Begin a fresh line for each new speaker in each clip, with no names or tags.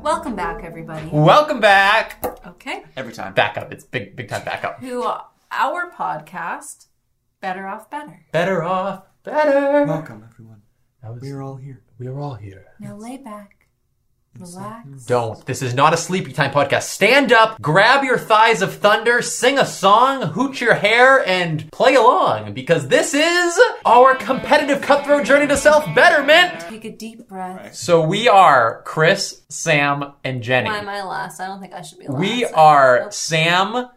Welcome back, everybody.
Welcome back.
Okay.
Every time.
Back up. It's big, big time back up.
Who our podcast, Better Off Better.
Better off. Better.
Welcome, everyone.
That was,
We are all here.
we are all here.
Now lay back, relax.
Don't. This is not a sleepy time podcast. Stand up, grab your thighs of thunder, sing a song, hoot your hair, and play along because this is our competitive cutthroat journey to self betterment.
Take a deep breath.
So we are Chris, Sam, and Jenny.
Why am I last? I don't think I should be last.
We
I don't know.
are Sam,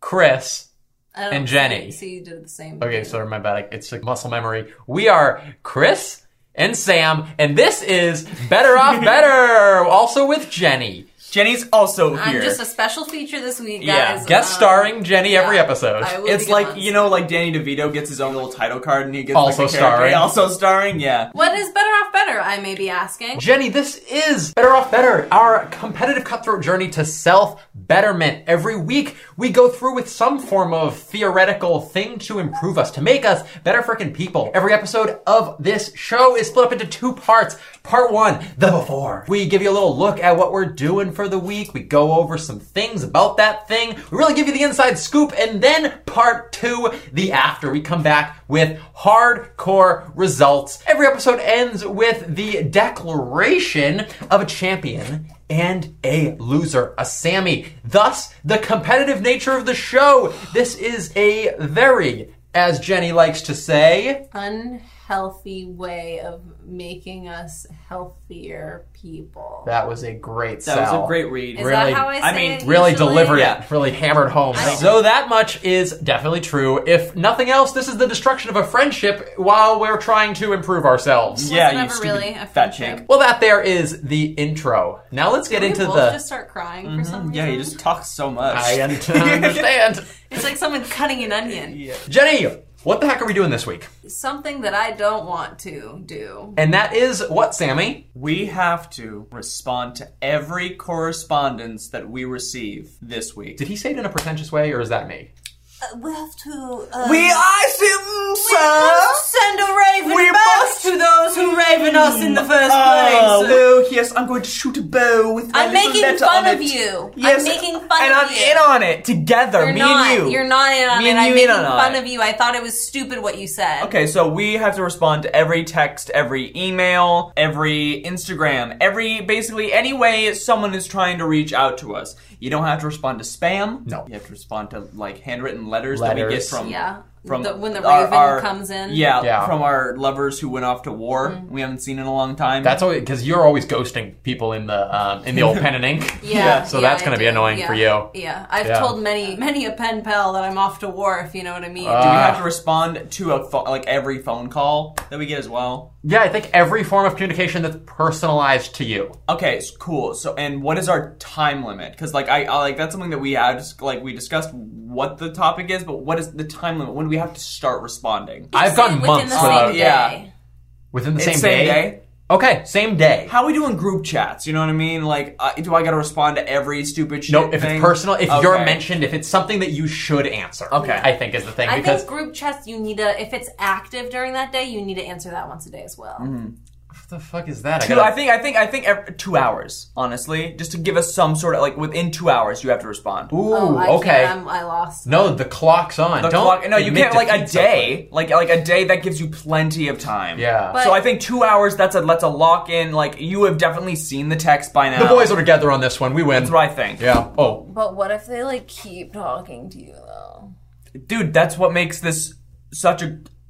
Chris.
I don't
and Jenny.
See, see, you did the same.
Okay, sorry, my bad. It's like muscle memory. We are Chris and Sam, and this is Better Off Better, also with Jenny.
Jenny's also
I'm
here.
just a special feature this week,
Yeah,
guys.
Guest
Um,
starring Jenny every
yeah,
episode.
I will
it's
be
like
gone.
you know, like Danny DeVito gets his own little title card, and he gets
Also
like, the character-
starring.
also starring. Yeah,
What is better off better? I may be asking.
Jenny, this is Better Off Better, our competitive cutthroat journey to self betterment. Every week, we go through with some form of theoretical thing to improve us, to make us better freaking people. Every episode of this show is split up into two parts. Part one, the before. We give you a little look at what we're doing for the week. We go over some things about that thing. We really give you the inside scoop. And then part two, the after. We come back with hardcore results. Every episode ends with the declaration of a champion and a loser, a Sammy. Thus, the competitive nature of the show. This is a very, as Jenny likes to say,
Unhealthy way of making us healthier people.
that was a great
that was a great read.
Is
really-
that how I say
I mean,
it
Really
usually?
delivered
Yeah.
it, really hammered home.
I-
So that much is definitely true. If nothing else, this is the destruction of a friendship while we're trying to improve ourselves.
Yeah,
Wasn't
you
ever
stupid
really a
fat
friendship.
chick.
Well, that there is the intro. Now let's get
Did we
into
both
the.
just start crying for some reason.
Mm-hmm. Yeah, he just talks so much.
I un- understand.
It's like someone cutting an onion.
Jenny, what the heck are we doing this week?
Something that I don't want to do.
And that is what, Sammy?
We have to respond to every correspondence that we receive this week.
Did he say it in a pretentious way, or is that me?
Uh, we have to. Uh,
we are Simpsons!
send a raven
We
back
must-
to those who raven us in the first
Oh,
place.
well, yes, I'm going to shoot a bow with my
I'm
little
making
letter
fun
on
of
it.
you. I'm
Yes,
making fun
and
of
I'm
you.
in on it together,
You're
me
not.
and you.
You're not in on
Me
it.
and
I'm
you
making
in on
fun
it.
of you. I thought it was stupid what you said.
Okay, so we have to respond to every text, every email, every Instagram, every basically any way someone is trying to reach out to us. You don't have to respond to spam.
No.
You have to respond to like handwritten letters, that we get
Letters.
from
Yeah.
from
The- when the
our-
raven
our-
comes in. Mm-hmm.
Yeah,
Yeah.
from our lovers who went off to war. We haven't seen in a long time.
That's always because you're always ghosting people in the um, in the old pen and ink.
Yeah.
So
yeah,
that's
I
gonna be
do.
annoying
Yeah.
for you.
Yeah. I've
Yeah.
told many many a pen pal that I'm off to war. If you know what I mean.
Do we
Uh,
have to respond to a pho- like every phone call that we get as well?
Yeah, I think every form of communication that's personalized to you.
Okay, s- cool. So, and what is our time limit? Because like I, I like that's something that we had just, like we discussed what the topic is, but what is the time limit? When do we have to start responding?
I've gone
within
months
the
without
same
yeah.
day.
within the
It's
same, day? Okay, same day.
How are we doing group chats? You know what I mean? Like, uh, do I got to respond to every stupid shit?
No, if
thing?
it's personal, if you're
Okay.
mentioned, if it's something that you should answer.
Okay.
I think is the thing
I
because
think group chats. You need to if it's active during that day, you need to answer that once a day as well.
Mm-hmm.
what the fuck is that?
Two,
gotta-
I think, I think, I think, ev- two hours, honestly, just to give us some sort of like within two hours, you have to respond.
Ooh,
Oh, I
okay.
Can't, I'm, I lost.
No, the clock's on.
The
Don't
clock- no, you
admit
can't like a
defeat someone.
day, like like a day that gives you plenty of time.
Yeah.
But-
so I think two hours. That's a that's a lock in. Like you have definitely seen the text by now.
the boys are together on this one. We win.
That's what I think.
Yeah. Oh,
But what if they like keep talking to you though?
Dude, that's what makes this such a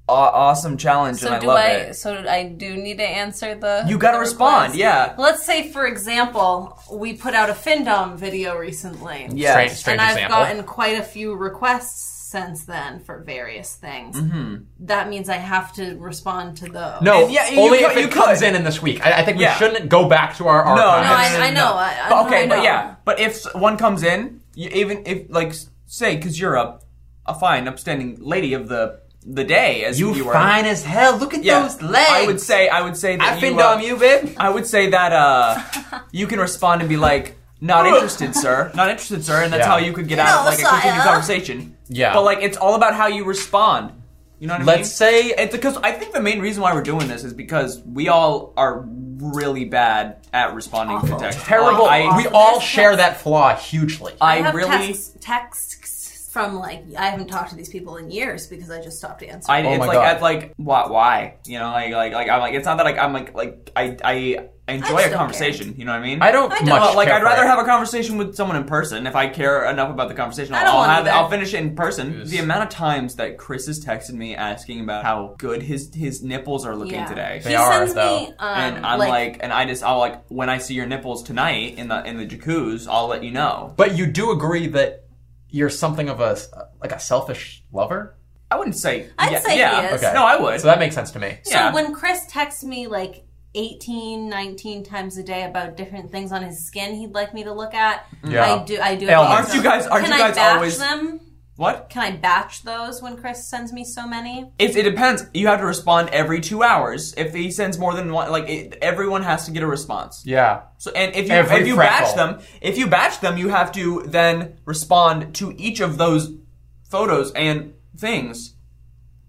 aw- awesome challenge,
So
and I
do
love
I?
it.
So I do need to answer the.
You gotta
the
respond,
request?
yeah.
Let's say, for example, we put out a Findom video recently.
Yeah.
strange, strange
and I've
example.
gotten quite a few requests since then for various things.
Mm-hmm.
That means I have to respond to those.
no,
And yeah, you
only
could-
if it
you could.
comes in in this week. I, I think we
Yeah.
shouldn't go back to our archives.
No, I- I know, I- I
but
know,
okay,
I know.
but yeah, but if s- one comes in, you, even if like s- say because you're a a fine, upstanding lady of the the day as
You,
you were.
fine as hell. Look at
Yeah.
those legs.
I would say I would say that
I
you,
finned
uh,
on you, babe.
I would say that uh, you can respond and be like, "Not interested, sir. Not interested, sir," and that's
Yeah.
how you could get out of like a
No,
continued
sire.
conversation.
Yeah.
but like it's all about how you respond. You know what I mean?
Let's say
It's because I think the main reason why we're doing this is because we all are really bad at responding
Awful.
to text.
terrible.
Like, I,
we all
There's
share
text.
that flaw hugely.
I,
I have
really.
texts, texts from like I haven't talked to these people in years because I just stopped answering.
I,
Oh
it's
my
like
God.
at like why why you know like like like I'm like it's not that like I'm like like I I enjoy
just
a
don't
conversation you know what I mean
I don't
I don't-
much
Well, like
care
I'd
for
rather
it.
have a conversation with someone in person if I care enough about the conversation.
I don't
I'll, I'll
want
have
either.
I'll finish it in person.
Yes.
The amount of times that Chris has texted me asking about how good his his nipples are looking
Yeah.
today.
He
They are,
sends
though.
me um,
And I'm like, and I just, I'll like, when I see your nipples tonight in the in the jacuzzi, I'll let you know.
But you do agree that you're something of a like a selfish lover.
I wouldn't say.
I'd
yeah,
say he
yeah.
is.
Okay.
No, I would.
So that makes sense to me.
so
yeah.
when Chris texts me like 18, 19 times a day about different things on his skin he'd like me to look at,
Yeah.
I do. I do.
Ailments.
Mm. aren't you guys? Aren't
Can
you
I
guys
batch
always?
them?
What?
Can I batch those when Chris sends me so many?
It's, it depends. You have to respond every two hours. If he sends more than one, like it, everyone has to get a response.
Yeah.
So and if you
Every
if you batch
freckle.
them, if you batch them, you have to then respond to each of those photos and things,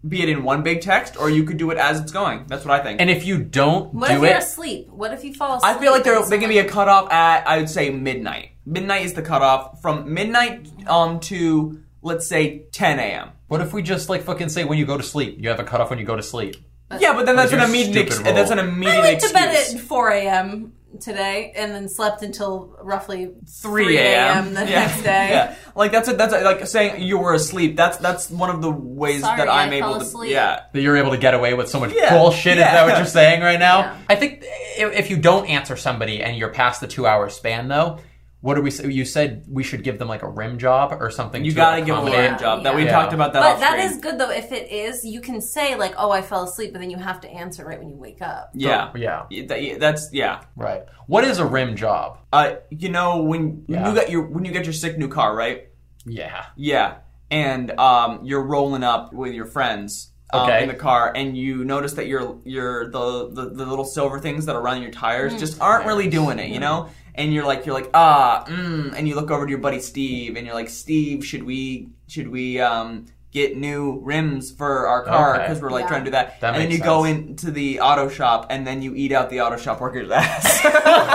be it in one big text or you could do it as it's going. That's what I think.
And if you don't
What if
do
you're
it,
asleep? What if you fall asleep?
I feel like there
and
there can be a cutoff at I would say midnight. Midnight is the cutoff from midnight um to let's say 10 a.m.
what if we just like fucking say when you go to sleep, you have a cutoff when you go to sleep.
Yeah, but then that's
What
an
is your
immediate ex-
stupid rule?
that's an
I
immediate
went
excuse.
to bed at 4 a.m. today and then slept until roughly 3 a.m. the
Yeah.
next day.
Yeah, like that's a, that's a, like saying you were asleep. That's that's one of the ways
Sorry,
that I'm
I
able
fell
to.
asleep.
Yeah,
That you're able to get away with so much
Yeah,
bullshit. Is that
yeah.
what you're saying right now?
Yeah.
I think if, if you don't answer somebody and you're past the two hour span though, what do we say? You said we should give them like a rim job or something.
you
to
gotta give a
accommodate.
rim job. That we
Yeah.
talked about that.
But
off
that
screen.
is good though. If it is, you can say like, "Oh, I fell asleep," but then you have to answer right when you wake up.
yeah,
Yeah.
Y- that- yeah, That's yeah.
Right. What is a rim job?
Uh, you know when when
Yeah.
you got your when you get your sick new car, right?
Yeah.
Yeah, and um, you're rolling up with your friends. Um,
Okay.
In the car, and you notice that your your the, the the little silver things that are around your tires just aren't really doing it, you know. And you're like you're like ah, mm, and you look over to your buddy Steve, and you're like Steve, should we should we um get new rims for our car
Okay.
because we're like
Yeah.
trying to do that.
That
and then
makes
you go
sense.
into the auto shop, and then you eat out the auto shop worker's ass.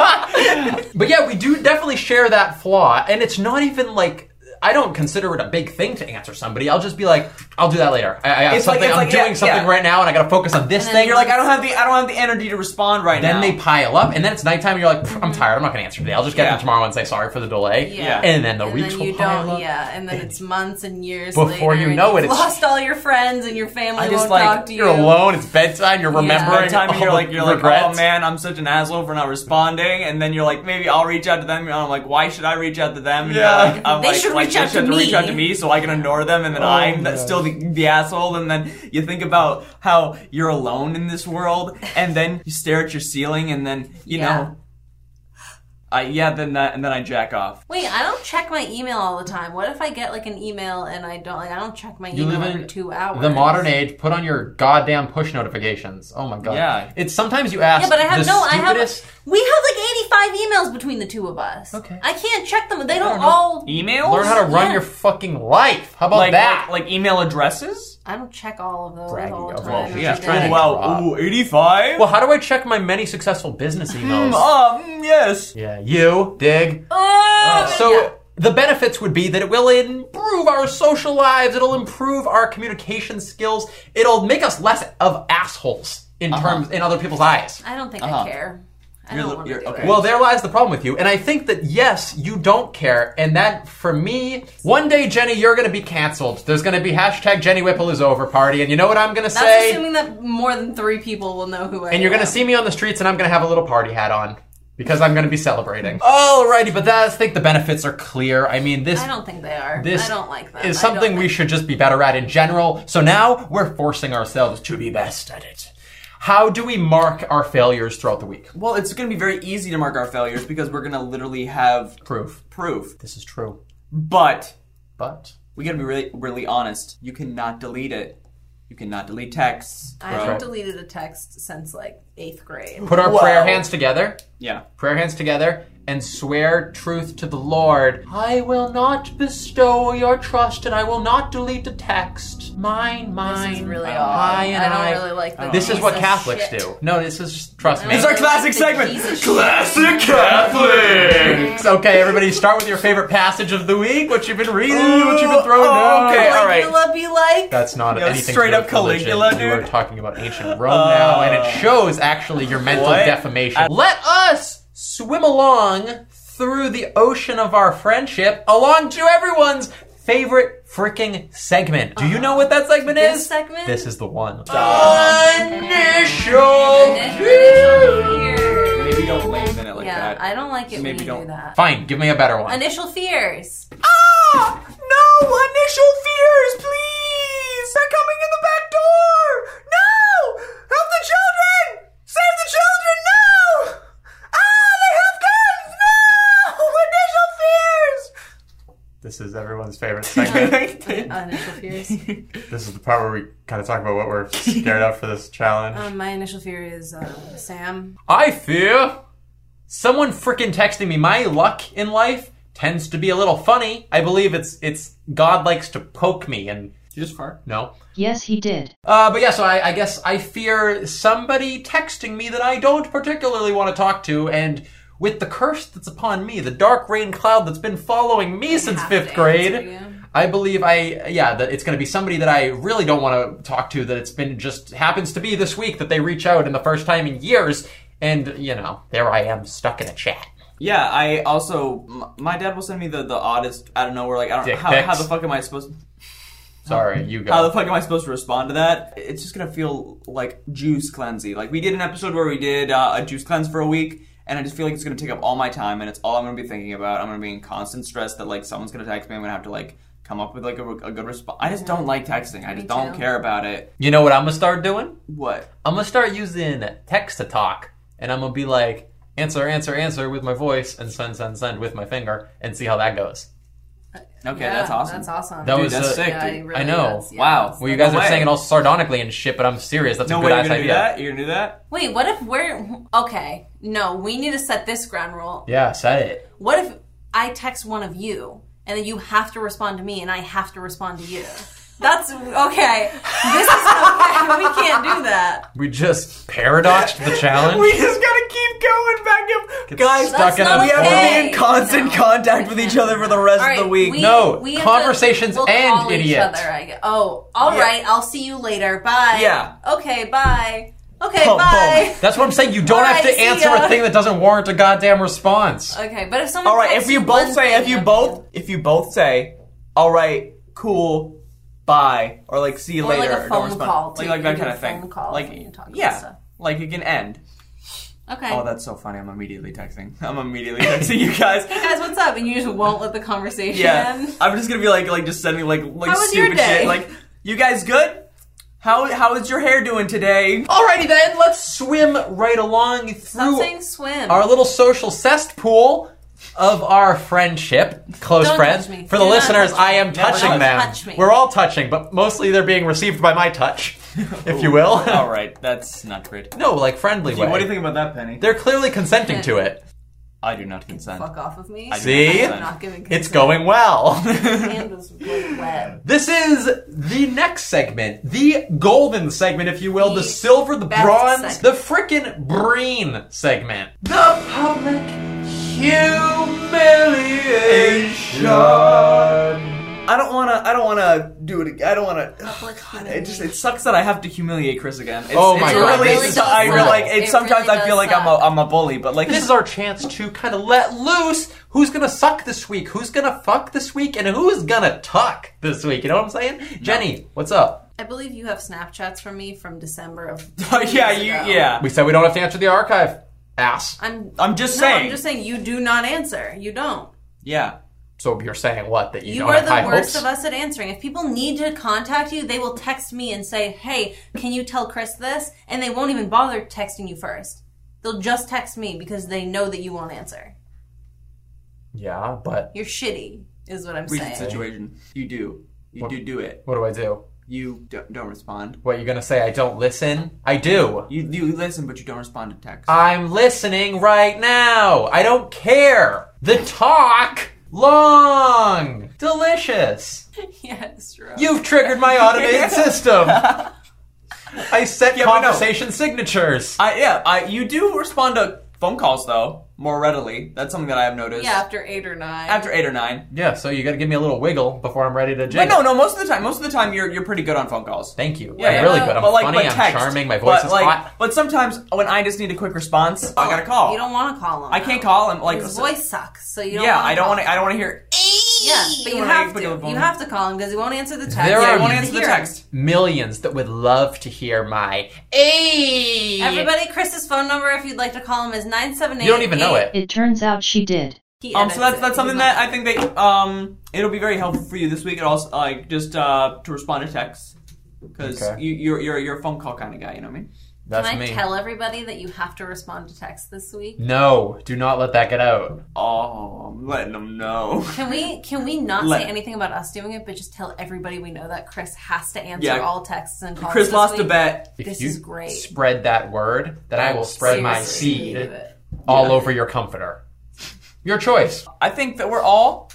But yeah, we do definitely share that flaw, and it's not even like I don't consider it a big thing to answer somebody. I'll just be like, I'll do that later. I, I got
It's like-
something.
it's
I'm
like,
doing
yeah,
something
yeah.
right now, and I got to focus on this
And then
thing.
you're like I don't have the I don't have the energy to respond right
then
now.
they pile up, and then it's nighttime. And you're like, "Pff, I'm tired. I'm not going to answer today. I'll just get
Yeah.
them tomorrow and say sorry for the delay.
Mm-hmm. Yeah.
And then the
and
weeks
then
will
you
pile
don't,
up.
yeah. And then it's months and years
Before
later,
you
and
know
you've
it, it's-
lost all your friends and your family
I just
won't
like-
talk to you.
You're alone. It's bedtime. You're remembering.
One time
all
you're
the
like you're like oh
regrets.
man I'm such an asshole for not responding and then you're like maybe I'll reach out to them and I'm like why should I reach out to them and you're
Yeah.
like, I'm
They
like,
should
like,
reach
they
out to
should have reach out to
me.
me so I can ignore them and then
Oh,
I'm the-
yes.
still the, the asshole and then you think about how you're alone in this world and then you stare at your ceiling and then you
Yeah.
know I yeah then that and then I jack off
Wait, I don't check my email all the time. What if I get like an email and I don't like I don't check my
You
email
live
every
in
two hours?
The modern age. Put on your goddamn push notifications. Oh my god.
Yeah.
It's sometimes you ask.
Yeah, but I have
the
no.
Stupidest,
I have. We have like 85 emails between the two of us.
Okay. E-
I can't check them. They don't all.
emails
Learn how to run
Yeah.
your fucking life. How about
like,
that?
like like email addresses
I don't check all of those
Braggy
all the
of
time.
all.
every
Yeah.
day.
trying to-
wow ooh 85
well, how do I check my many successful business emails?
um yes
Yeah, you dig.
Hmm, Oh,
So
yeah.
the benefits would be that it will improve our social lives. It'll improve our communication skills. It'll make us less of assholes in terms in other people's eyes.
I don't think
Uh-huh.
I care. I
You're
don't
li-
want
you're-
to do
okay.
it.
Well, there lies the problem with you. And I think that yes, you don't care. And that for me, one day, Jenny, you're going to be canceled. There's going to be hashtag Jenny Whipple is over party. And you know what I'm going to
That's
say?
assuming that more than three people will know who I am.
And you're going to see me on the streets, and I'm going to have a little party hat on because I'm going to be celebrating. Alrighty, but that, I think the benefits are clear. I mean, this
I don't think they are.
this
I don't like them.
is
I don't
something we
like-
should just be better at in general. So now we're forcing ourselves to be best at it. How do we mark our failures throughout the week?
Well, it's going to be very easy to mark our failures because we're going to literally have
Proof.
proof.
This is true.
But
But
we got to be really, really honest. You cannot delete it. You cannot delete texts.
I
bro.
haven't
right.
deleted a text since like eighth grade.
Put our
Whoa.
prayer hands together.
Yeah.
prayer hands together and swear truth to the Lord. I will not bestow your trust and I will not delete the text. Mine, mine.
This is really
I,
odd.
I and
I
I.
don't really like the
this is what
Jesus
Catholics
shit.
do. No, this is just, trust me.
It's our
Like
classic
the
segment.
Jesus shit.
Classic Catholic.
It's okay, everybody, start with your favorite passage of the week, what you've been reading, what you've been throwing
Oh,
Oh, down.
Ooh, okay, all right.
Caligula be like.
That's not
Yeah,
anything
straight
to do
up
with religion.
Caligula,
You are
dude. Uh,
talking about ancient Rome now, and it shows actually your mental
What?
defamation. Let us swim along through the ocean of our friendship, along to everyone's favorite freaking segment. Do you know what that segment
This
is?
segment?
This is the one.
Initial
Initial.
fear.
Maybe don't lengthen it like
Yeah,
that.
I don't like it
Maybe
when you
don't.
do that.
Fine, give me a better one.
Initial fears.
Ah! No! Initial fears, please! They're coming in the back door! No! Help the children! Save the children! No! Ah! They have guns! No! Initial fears!
This is everyone's favorite segment.
Uh, initial fears.
this is the part where we kind of talk about what we're scared of for this challenge.
Um, my initial fear is uh, Sam.
I fear someone freaking texting me. My luck in life tends to be a little funny. I believe it's it's God likes to poke me and
you just fart?
no.
Yes, he did.
Uh, but yeah, so I, I guess I fear somebody texting me that I don't particularly want to talk to, and with the curse that's upon me, the dark rain cloud that's been following me since
have
fifth
to
grade,
answer you.
I believe I yeah that it's going to be somebody that I really don't want to talk to. That it's been just happens to be this week that they reach out and the first time in years, and you know there I am stuck in a chat.
Yeah, I also. m- My dad will send me the, the oddest. I don't know where, like, I don't know.
Dick
How, how
pics.
the fuck am I supposed
Oh.
Sorry, you go.
How the fuck am I supposed to respond to that? It's just gonna feel like juice cleansy. Like we did an episode where we did uh, a juice cleanse for a week, and I just feel like it's gonna take up all my time, and it's all I'm gonna be thinking about. I'm gonna be in constant stress that like someone's gonna text me. I'm gonna have to like come up with like a, a good response. I just don't like texting. I just don't
too.
care about it.
you know what I'm gonna start doing?
What?
I'm gonna start using text to talk, and I'm gonna be like, answer, answer, answer with my voice, and send, send, send with my finger, and see how that goes.
Okay,
Yeah,
that's awesome.
That's awesome.
That
Dude,
was
that's
a-
sick.
Yeah,
dude.
really
I know.
is, yeah,
Wow.
that's-
Well, you guys
No
are
way.
saying it all sardonically and shit, but I'm serious. That's
No
a
way
good
you're
ass
gonna do
idea.
that. You're gonna do that.
Wait, what if we're okay? No, we need to set this ground rule.
Yeah, say it.
What if I text one of you and then you have to respond to me and I have to respond to you? That's okay. This is okay. we can't do that.
We just paradoxed the challenge.
We just gotta keep going back up, guys.
stuck
That's
in
not
a
We have to be
okay.
in constant
No.
contact with each other for the rest
All
of the
right,
week.
we-
No,
we have
conversations
to, we'll
end,
call
idiot.
Each other, I guess. Oh, all
Yeah.
right, I'll see you later. Bye.
Yeah.
Okay. Bye. Okay.
Pump,
bye.
That's what I'm saying. You don't have
Alright,
to
see
answer
ya.
a thing that doesn't warrant a goddamn response.
Okay, but if someone
All right,
texts
if you
one
both say,
thing,
if you
okay.
both, if you both say, all right, cool, bye, or like see you
Or, like,
later,
a
or
phone
don't respond,
call,
like,
too.
like
You
that
can
kind of
do a
thing,
phone call
like
when you talk about
yeah,
stuff.
like it can end.
Okay.
Oh, that's so funny. I'm immediately texting. I'm immediately texting you guys.
guys, what's up? And you just won't let the conversation
Yeah,
end.
I'm just gonna be like, like just sending like, like
How was your
stupid
day?
shit. Like, you guys good? How how is your hair doing today?
Alrighty then, let's swim right along
Stop
through
saying swim.
our little social cesspool of our friendship, close
Don't
friends.
touch me.
For the
Do not
listeners,
touch me.
I am touching
don't
them.
touch me.
We're all touching, but mostly they're being received by my touch, if you will.
all right, that's not great.
no, like friendly way.
What do you think about that, Penny?
They're clearly consenting to it.
I do not consent.
Fuck off of me.
See?
I'm not giving
It's going well.
consent. hand was really wet.
This is the next segment, the golden segment, if you will, the,
The
silver, the
best
bronze,
segment.
the frickin' breen segment. The public humiliation.
I don't wanna. I don't wanna do it. ag- I don't wanna.
Public
God, it just it sucks that I have to humiliate Chris again. It's,
Oh my
it's
God,
Really,
this
it's-
does
I
suck.
really like.
It
It's sometimes
really
I feel
does
like I'm a
suck.
I'm a bully, but like
This is our chance to kind of let loose who's gonna suck this week, who's gonna fuck this week, and who's gonna tuck this week. You know what I'm saying? Jenny, what's up?
I believe you have Snapchats from me from December of.
yeah,
years
you
ago.
yeah.
We said we don't have to answer the archive. Ass.
I'm.
I'm just
no,
saying.
I'm just saying you do not answer. You don't.
yeah.
So you're saying what? That you,
You
don't
are
have
the
high
worst of
hopes?
us at answering. If people need to contact you, they will text me and say, "Hey, can you tell Chris this?" And they won't even bother texting you first. They'll just text me because they know that you won't answer.
Yeah, but
You're shitty, is what I'm
Recent
saying.
situation. You do. You do do it.
what do I do?
You d- don't respond.
What, you're gonna say I don't listen? I do.
You you listen, but you don't respond to text.
I'm listening right now. I don't care. The talk long. Delicious.
yes, true.
You've triggered my automated system. I set
but no.
conversation signatures.
I yeah. I you do respond to phone calls though more readily. That's something that I have noticed.
yeah, after eight or nine.
After eight or nine.
Yeah, so you gotta give me a little wiggle before I'm ready to jig.
But no, no. Most of the time, most of the time, you're you're pretty good on phone calls.
Thank you.
Yeah,
I'm
yeah.
really good. I'm
But, like,
funny.
but
I'm
text.
charming. My voice
but,
is
like,
hot.
But sometimes when I just need a quick response, I gotta call.
Oh, You don't want to call him.
I can't call him. Like
His voice sucks, so you don't.
Yeah,
wanna
I don't
call
want
him.
to. I don't want to hear.
Yeah, but you
wanna
have
pick
to.
up the phone.
You have to call him because he won't answer the text.
There
Yeah,
are-
I won't
You
answer the
hear him.
text.
Millions that would love to hear my "Hey."
Everybody, Chris's phone number, if you'd like to call him, is nine seven eight.
You don't even know it.
It turns out she did.
Um, so that's that's something that I think that um it'll be very helpful for you this week. It also like just uh to respond to texts because
Okay.
you, you're you're you're a phone call kind of guy. You know what I mean?
That's
Can I
me.
tell everybody that you have to respond to text this week?
no, do not let that get out.
Oh, I'm letting them know.
Can we can we not
Let-
say anything about us doing it, but just tell everybody we know that Chris has to answer
Yeah.
all texts and calls?
Chris
this
lost
week?
a bet.
If
This
you
is great.
Spread that word, then I will spread my
Seriously, do
seed
it.
all over your comforter. Your choice.
I think that we're all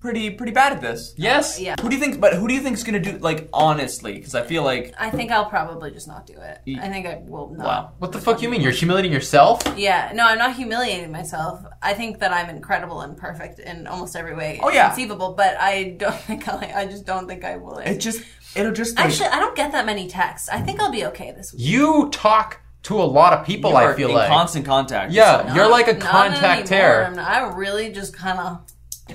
pretty pretty bad at this.
Yes.
Yeah.
Who do you think? But who do you think's gonna do like honestly? Because I feel like
I think I'll probably just not do it. I think I will not.
wow.
What the fuck you mean? You're humiliating yourself?
Yeah, no, I'm not humiliating myself. I think that I'm incredible and perfect in almost every way
Oh, yeah.
conceivable, but I don't think I'll, I just don't think I will.
It just it'll just like,
Actually, I don't get that many texts. I think I'll be okay this week.
You talk to a lot of people.
you
I
are
feel
in
like.
constant contact.
yeah, you're like a
Not
contact
anymore.
tear.
I'm not- I really just kind of.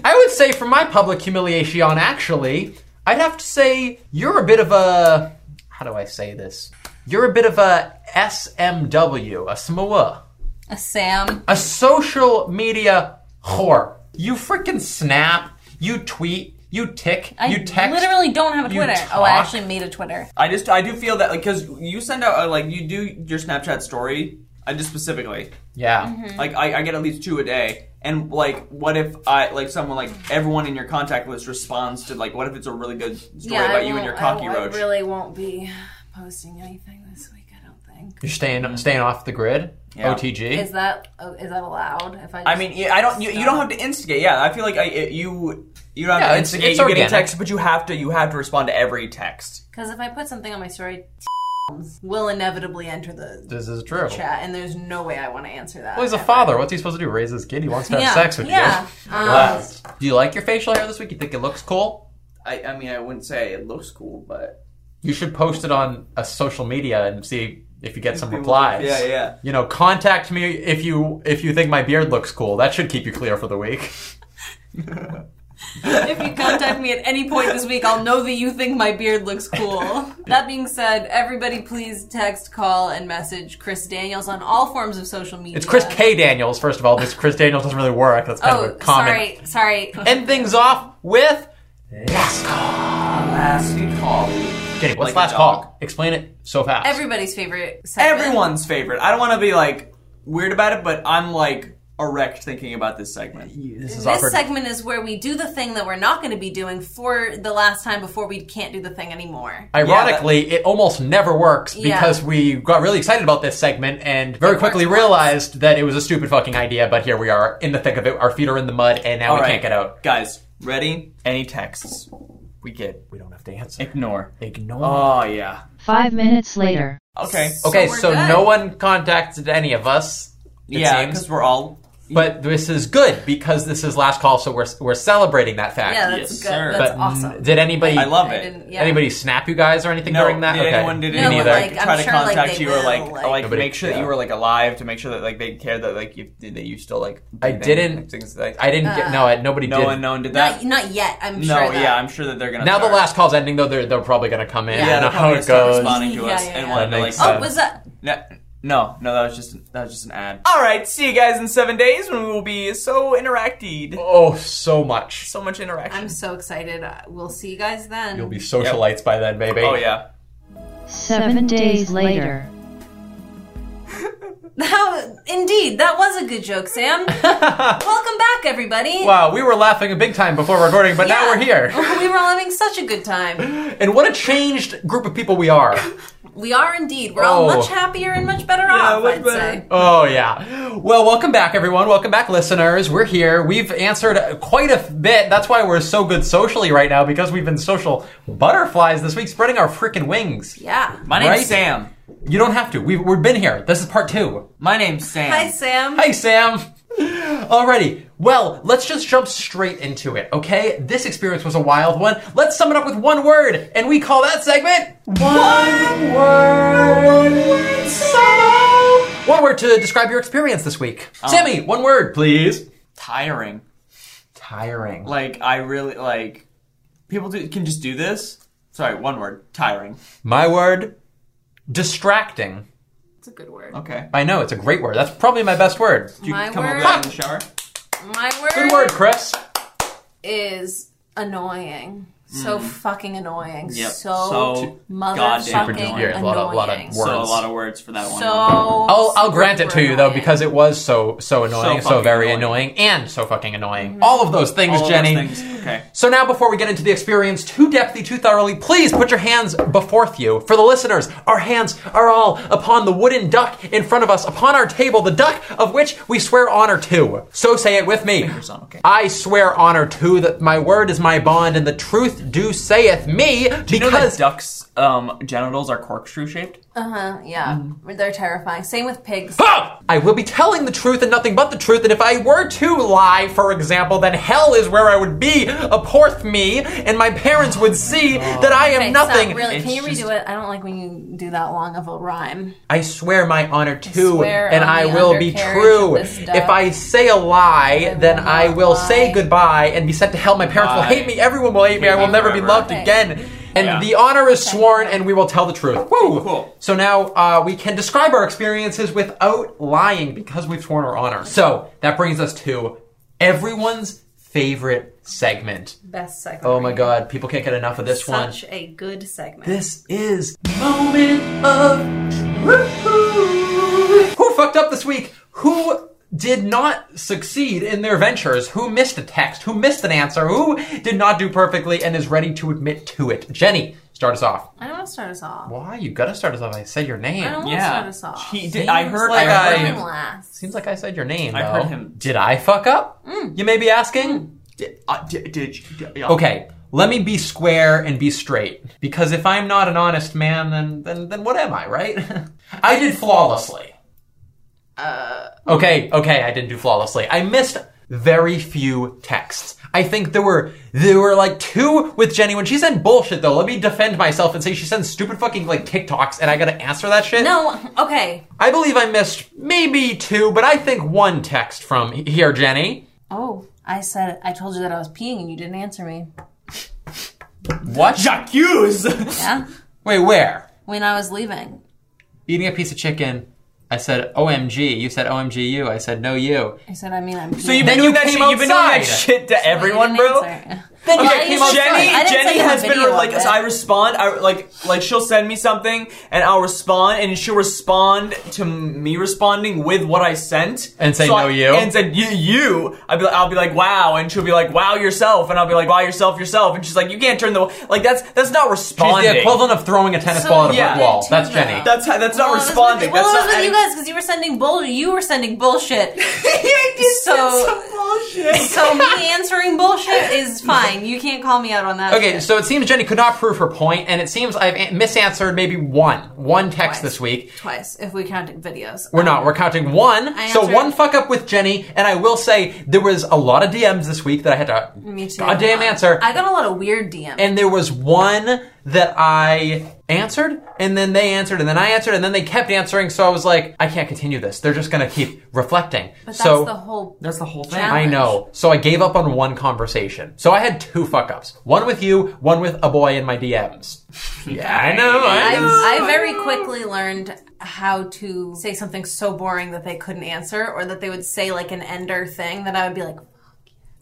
I would say for my public humiliation, actually, I'd have to say you're a bit of a how do I say this? You're a bit of a SMW, a SMW,
A Sam.
a social media whore. You freaking snap, you tweet, you tick, you
I
text.
literally don't have a
you
Twitter. Oh, I
talk.
actually made a Twitter.
I just I do feel that like because you send out uh, like you do your Snapchat story. I just specifically
Yeah.
Mm-hmm.
like I, I get at least two a day. And like, what if I like someone like everyone in your contact list responds to like, what if it's a really good story
I
about you and
won't-
your
I
cocky
won't-
roach?
I really won't be posting anything this week. I don't think.
You're staying staying off the grid.
Yeah.
OTG.
Is that oh, is that allowed? If I, just
I
e-
mean, yeah, I don't. You, you don't have to instigate. Yeah, I feel like I it- you you don't have
Yeah,
to
it's-
instigate.
it's
you get a
organic.
text, but you have to you have to respond to every text.
Because if I put something on my story, will inevitably enter the
this is true.
chat, and there's no way I want to answer that.
Well, he's a
ever.
father. What's he supposed to do? Raise his kid? He wants to have
Yeah.
sex with
Yeah.
you.
Um,
Blast. Do you like your facial hair this week? You think it looks cool?
I I mean, I wouldn't say it looks cool, but
You should post it on a social media and see if you get some
People-
replies.
yeah, yeah.
You know, contact me if you if you think my beard looks cool. That should keep you clear for the week.
If you contact me at any point this week, I'll know that you think my beard looks cool. That being said, everybody please text, call, and message Chris Daniels on all forms of social media.
It's Chris K. Daniels, first of all, because Chris Daniels doesn't really work. That's kind of a
Oh,
common.
sorry, sorry.
End things off with last call.
last call.
Jenny, what's
Like a
last
dog.
call? Explain it so fast.
Everybody's favorite. Segment.
Everyone's favorite. I don't want to be like weird about it, but I'm like erect thinking about this segment.
this is
This
awkward.
segment is where we do the thing that we're not going to be doing for the last time before we can't do the thing anymore.
Ironically, it almost never works because we got really excited about this segment and very quickly realized that it was a stupid fucking idea, but here we are in the thick of it. Our feet are in the mud and now we
All right.
can't get out.
Guys, ready? Any texts we get,
We don't have to answer.
ignore.
Ignore.
Oh yeah.
Five minutes later.
Okay.
okay,
So we're
so
good.
no one contacted any of us. It
yeah,
seems.
because we're all.
But this is good because this is last call, so we're we're celebrating that fact.
Yeah, that's
Yes,
good.
sir.
That's
but
awesome.
n- did anybody?
I love
I
it.
didn't- yeah.
Anybody snap you guys or anything
No,
during that?
did
okay.
anyone did
No,
anyone
but,
like,
like, I'm
try to
sure, like,
contact
they
you or like
will,
like,
like-
Nobody-
make sure that you
yeah.
were like alive to make sure that like they cared that like you that you still like.
I
did
didn't.
Things like,
I didn't get.
uh-uh.
No, I- nobody
no
did.
one, no one did that.
not, not yet. I'm
no,
sure. that-
yeah, I'm sure that they're gonna.
Now the
start.
last call's ending though. They're they're probably gonna come in.
Yeah,
Yeah,
I
they're
don't know how
probably
it
gonna start
goes.
responding to
Yeah,
us
yeah,
and
yeah.
wanted
That
to like.
makes
Oh,
sense.
send-
was that?
No, no, no, that was just that was just an ad. All right, see you guys in seven days when we will be so interacted,
Oh, so much.
so much interaction.
I'm so excited. Uh, We'll see you guys then.
You'll be Oh, socialites by then, baby.
oh yeah.
Seven days later.
That, indeed, that was a good joke, Sam. Welcome back, everybody.
Wow, we were laughing big time before recording, but now
Yeah.
we're here.
we were all having such a good time.
And what a changed group of people we are.
We are indeed. We're all
Oh.
much happier and much better off.
much
I'd
better.
say.
Oh yeah. Well, welcome back, everyone. Welcome back, listeners. We're here. We've answered quite a bit. That's why we're so good socially right now because we've been social butterflies this week, spreading our freaking wings.
Yeah.
My name's
Right?
Sam.
You don't have to. We've, we've been here. This is part two.
My name's Sam.
Hi, Sam.
Hi, Sam. Alrighty. Well, let's just jump straight into it, okay? This experience was a wild one. Let's sum it up with one word, and we call that segment One Word Summer. One word to describe your experience this week. Sammy, one word, please.
Tiring.
Tiring.
Like I really like. People do, can just do this. Sorry, one word. Tiring.
My word, distracting.
That's a good word.
Okay.
I know, it's a great word. That's probably my best word.
Do you
My
come over
word-
that in the shower?
My word,
Good word, Chris.
is annoying. So
Hmm.
fucking annoying.
Yep.
So,
So goddamn
motherfucking
annoying.
annoying.
Yeah, a lot of- lot of words.
So a lot of words for that one.
So
I'll, I'll grant it to you though because it was so so annoying, so,
fucking
very annoying.
annoying. Mm-hmm.
and so fucking annoying. All of those things,
All of those
Jenny.
things. Okay.
So now, before we get into the experience too depthly, too thoroughly, please put your hands before you. For the listeners, our hands are all upon the wooden duck in front of us, upon our table, the duck of which we swear honor to. So say it with me.
on, okay.
I swear honor to that my word is my bond, and the truth do saith me.
You know that
because
ducks' um, genitals are corkscrew shaped.
Uh, yeah,
Mm-hmm.
they're terrifying. Same with pigs.
Ah! I will be telling the truth and nothing but the truth, and if I were to lie, for example, then hell is where I would be, a poor me, and my parents would
Oh.
see that I am
Okay,
nothing.
stop, really,
It's
can you redo
just-
it? I don't like when you do that long of a rhyme.
I swear my honor to,
swear
and
on
I
the
will be
undercarriage
true.
of this duck.
If I say a lie, then
will
I
not
will say
lie.
goodbye and be sent to hell. My parents will
Bye.
hate me, everyone will hate me, I will
me
never be
forever.
loved
Okay.
again. And
Yeah.
the honor is sworn, and we will tell the truth. Woo!
Cool.
So now uh, we can describe our experiences without lying because we've sworn our honor. So that brings us to everyone's favorite segment.
Best segment.
Oh my god, people can't get enough of this one.
Such a good segment.
This is Moment of Truth. Who fucked up this week? Who did not succeed in their ventures? Who missed a text? Who missed an answer? Who did not do perfectly and is ready to admit to it? Jenny, start us off.
I don't want to start us off.
Why? You gotta start us off. I said your name.
I don't want to start
Yeah.
us off.
He did, I heard.
like
I heard
I-
I'm
him.
last.
Seems like I said your name.
I
though.
heard him.
Did I fuck up? You may be asking.
Did, uh, did, did, did- yeah.
Okay, let me be square and be straight. Because if I'm not an honest man, then then, then what am I, right? I did flawlessly. Uh, okay, okay, I didn't do flawlessly. I missed very few texts. I think there were there were like two with Jenny when she sent bullshit though. Let me defend myself and say she sends stupid fucking like TikToks and I gotta answer that shit.
No, okay.
I believe I missed maybe two, but I think one text from here, Jenny.
Oh, I said I told you that I was peeing and you didn't answer me.
What?
Jacques. Hughes.
Yeah,
Wait, where?
when I was leaving.
eating a piece of chicken. I said, OMG. You said, OMG, you. I said, no, you.
I said I mean I'm. Peeing.
So you've
Then
been
you
doing that
came
shit. You've been doing
outside.
that shit to everyone, bro.
Then
you
Okay,
came outside. I
Jenny, Jenny has been like,
it.
so I respond, I like, like she'll send me something, and I'll respond, and she'll respond to me responding with what I sent,
And say,
So
"No,
I-
you."
and said you, you. I'll be, like- I'll be like, wow, and she'll be like, wow yourself, and I'll be like, wow yourself, yourself, and she's like, you can't turn the like that's that's not
She's
responding.
the equivalent of throwing a tennis
So
ball at a
yeah.
brick wall. That's
Yeah.
Jenny.
That's how, that's not
Well, it was with-
responding.
Well, it was
that's
with
not
you guys because you were sending bull. You were sending bullshit. so
bullshit.
so me answering bullshit is fine. You can't call me out on that.
Okay,
shit.
so it seems Jenny could not prove her point, and it seems I've an- misanswered maybe one. One text
Twice.
this week.
twice if we count videos.
We're not. We're counting one.
I
So
answered-
one fuck up with Jenny, and I will say there was a lot of DMs this week that I had to
Me too.
goddamn answer.
I got a lot of weird DMs.
and there was one that I answered, and then they answered, and then I answered, and then they kept answering. So I was like, I can't continue this. They're just gonna keep reflecting.
but that's
so
the whole.
That's the whole thing.
challenge.
I know. So I gave up on one conversation. So I had two fuck ups. One with you, one with a boy in my DMs. Yeah, I know. I know.
I, I very quickly learned how to say something so boring that they couldn't answer, or that they would say like an ender thing that I would be like,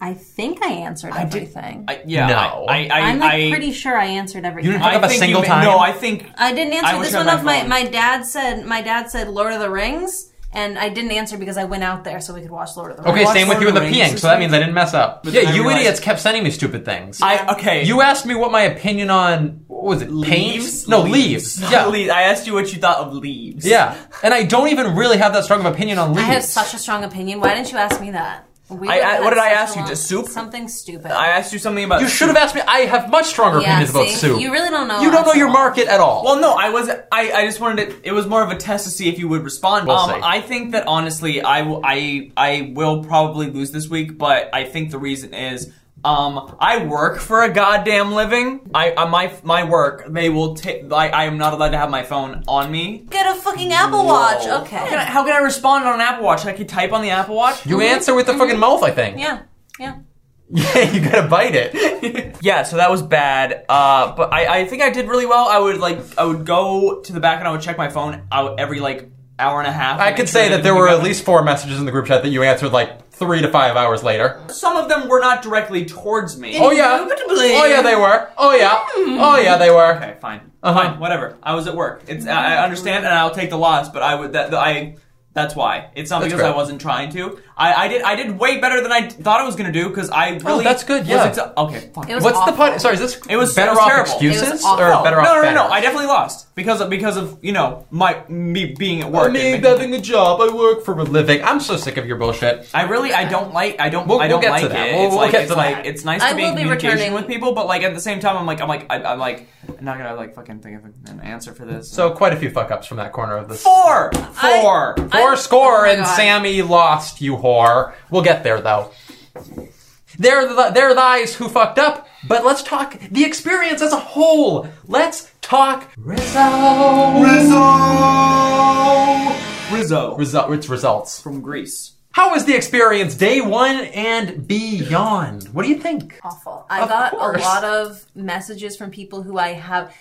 I think I answered
did-
everything.
I, yeah,
No.
I, I, I,
am like
I-
pretty sure I answered everything.
didn't
I
Up a
think you
single
ma-
time?
No, I think
I didn't answer
I was
this
on
one
my
off. My,
phone.
my dad said my dad said Lord of the Rings, and I didn't answer because I went out there so we could watch Lord of the Rings.
Okay,
watched
same with you
Lord
with
of
the
the Rings
peeing,
this
so that
week.
means I didn't mess up.
But then
Yeah,
I
you
realized-
idiots kept sending me stupid things.
I okay.
You asked me what my opinion on what was it? Paints? No, leaves. Yeah.
leaves. I asked you what you thought of leaves.
Yeah. And I don't even really have that strong of opinion on
I
leaves.
have such a strong opinion. Why didn't you ask me that? We would've
I- I-
had
what did I
such
ask
a
you?
long-
Just soup?
Something stupid.
I asked you something about.
you should have asked me. I have much stronger
yeah,
opinions about
see?
soup.
You really don't know.
You don't
us
know
at
your
all.
market at all.
Well, no, I was. I, I just wanted to. It was more of a test to see if you would respond.
We'll see.
um, I think that honestly, I, w- I- I will probably lose this week, but I think the reason is. Um, I work for a goddamn living. I, I my my work. They will take. I, I am not allowed to have my phone on me.
Get a fucking Apple Watch.
Whoa.
Okay.
How can, I, how can I respond on an Apple Watch? I could type on the Apple Watch.
you answer
mm-hmm.
with the fucking mouth, I think.
yeah. Yeah.
Yeah, you gotta bite it.
Yeah, so that was bad. Uh, but I, I think I did really well. I would like I would go to the back and I would check my phone out every like hour and a half. to
I
make
could
sure
say
it
that there
didn't
were
pick
at
up.
least four messages in the group chat that you answered like three to five hours later.
some of them were not directly towards me.
Oh yeah.
Indubitably.
Oh yeah, they were. Oh yeah.
Hmm.
Oh yeah, they were.
Okay, fine,
Uh-huh.
fine, whatever. I was at work. It's I I understand, and I'll take the loss. But I would that that- I. That's why. It's not
That's
because
fair.
I wasn't trying to. I, I did I did way better than I thought I was gonna do because I really
Oh, that's good,
was
yeah.
exa- okay. Fine.
It was
What's the
awful.
pun? Sorry, is this
It was-
better
it was
off
terrible.
excuses
It was
or
awful.
better
no,
off?
no, no,
better?
no, I definitely lost because of because of you know my me being at work.
I
and
mean,
making-
having a job. I work for a living. I'm so sick of your bullshit.
I really, I don't like, I don't,
We'll-
I
we'll
don't
get
like
to that.
it.
We'll-
it's
we'll
like,
get
it's
to
like,
that.
it's nice
I
to be in
will be
communication
returning-
with people, but like at the same time, I'm like, I'm like, I, I'm like, I'm not gonna like fucking think of an answer for this.
So quite a few fuck ups from that corner of this.
four, four.
I-
Four score,
Oh my
and
God.
Sammy lost. You whore. We'll get there though. They're the, they're thys who fucked up. But let's talk the experience as a whole. Let's talk results.
Rizzo, Rizzo,
Result. It's results.
from Greece.
How was the experience day one and beyond? What do you think?
awful. I
Of
got
course.
a lot of messages from people who I have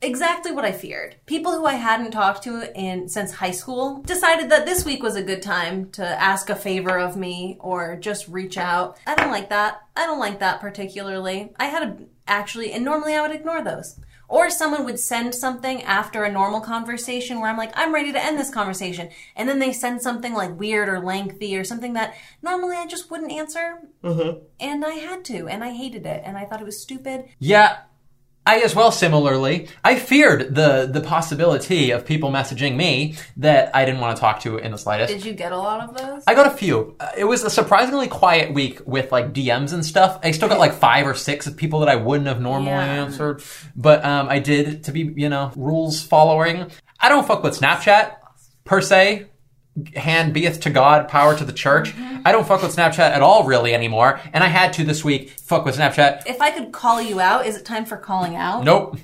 exactly what I feared. People who I hadn't talked to in since high school decided that this week was a good time to ask a favor of me or just reach out. I don't like that. I don't like that particularly. I had a actually and normally I would ignore those. Or someone would send something after a normal conversation where I'm like, I'm ready to end this conversation. And then they send something like weird or lengthy or something that normally I just wouldn't answer and I had to, and I hated it, and I thought it was stupid.
Yeah, I as well. Similarly, I feared the the possibility of people messaging me that I didn't want to talk to in the slightest.
Did you get a lot of those?
I got a few. Uh, It was a surprisingly quiet week with like DMs and stuff. I still got like five or six of people that I wouldn't have normally
Yeah.
answered, but um, I did to be you know rules following. I don't fuck with Snapchat per se. Hand beeth to God, power to the church. I don't fuck with Snapchat at all really anymore, and I had to this week. Fuck with Snapchat.
if I could call you out, is it time for calling out?
Nope.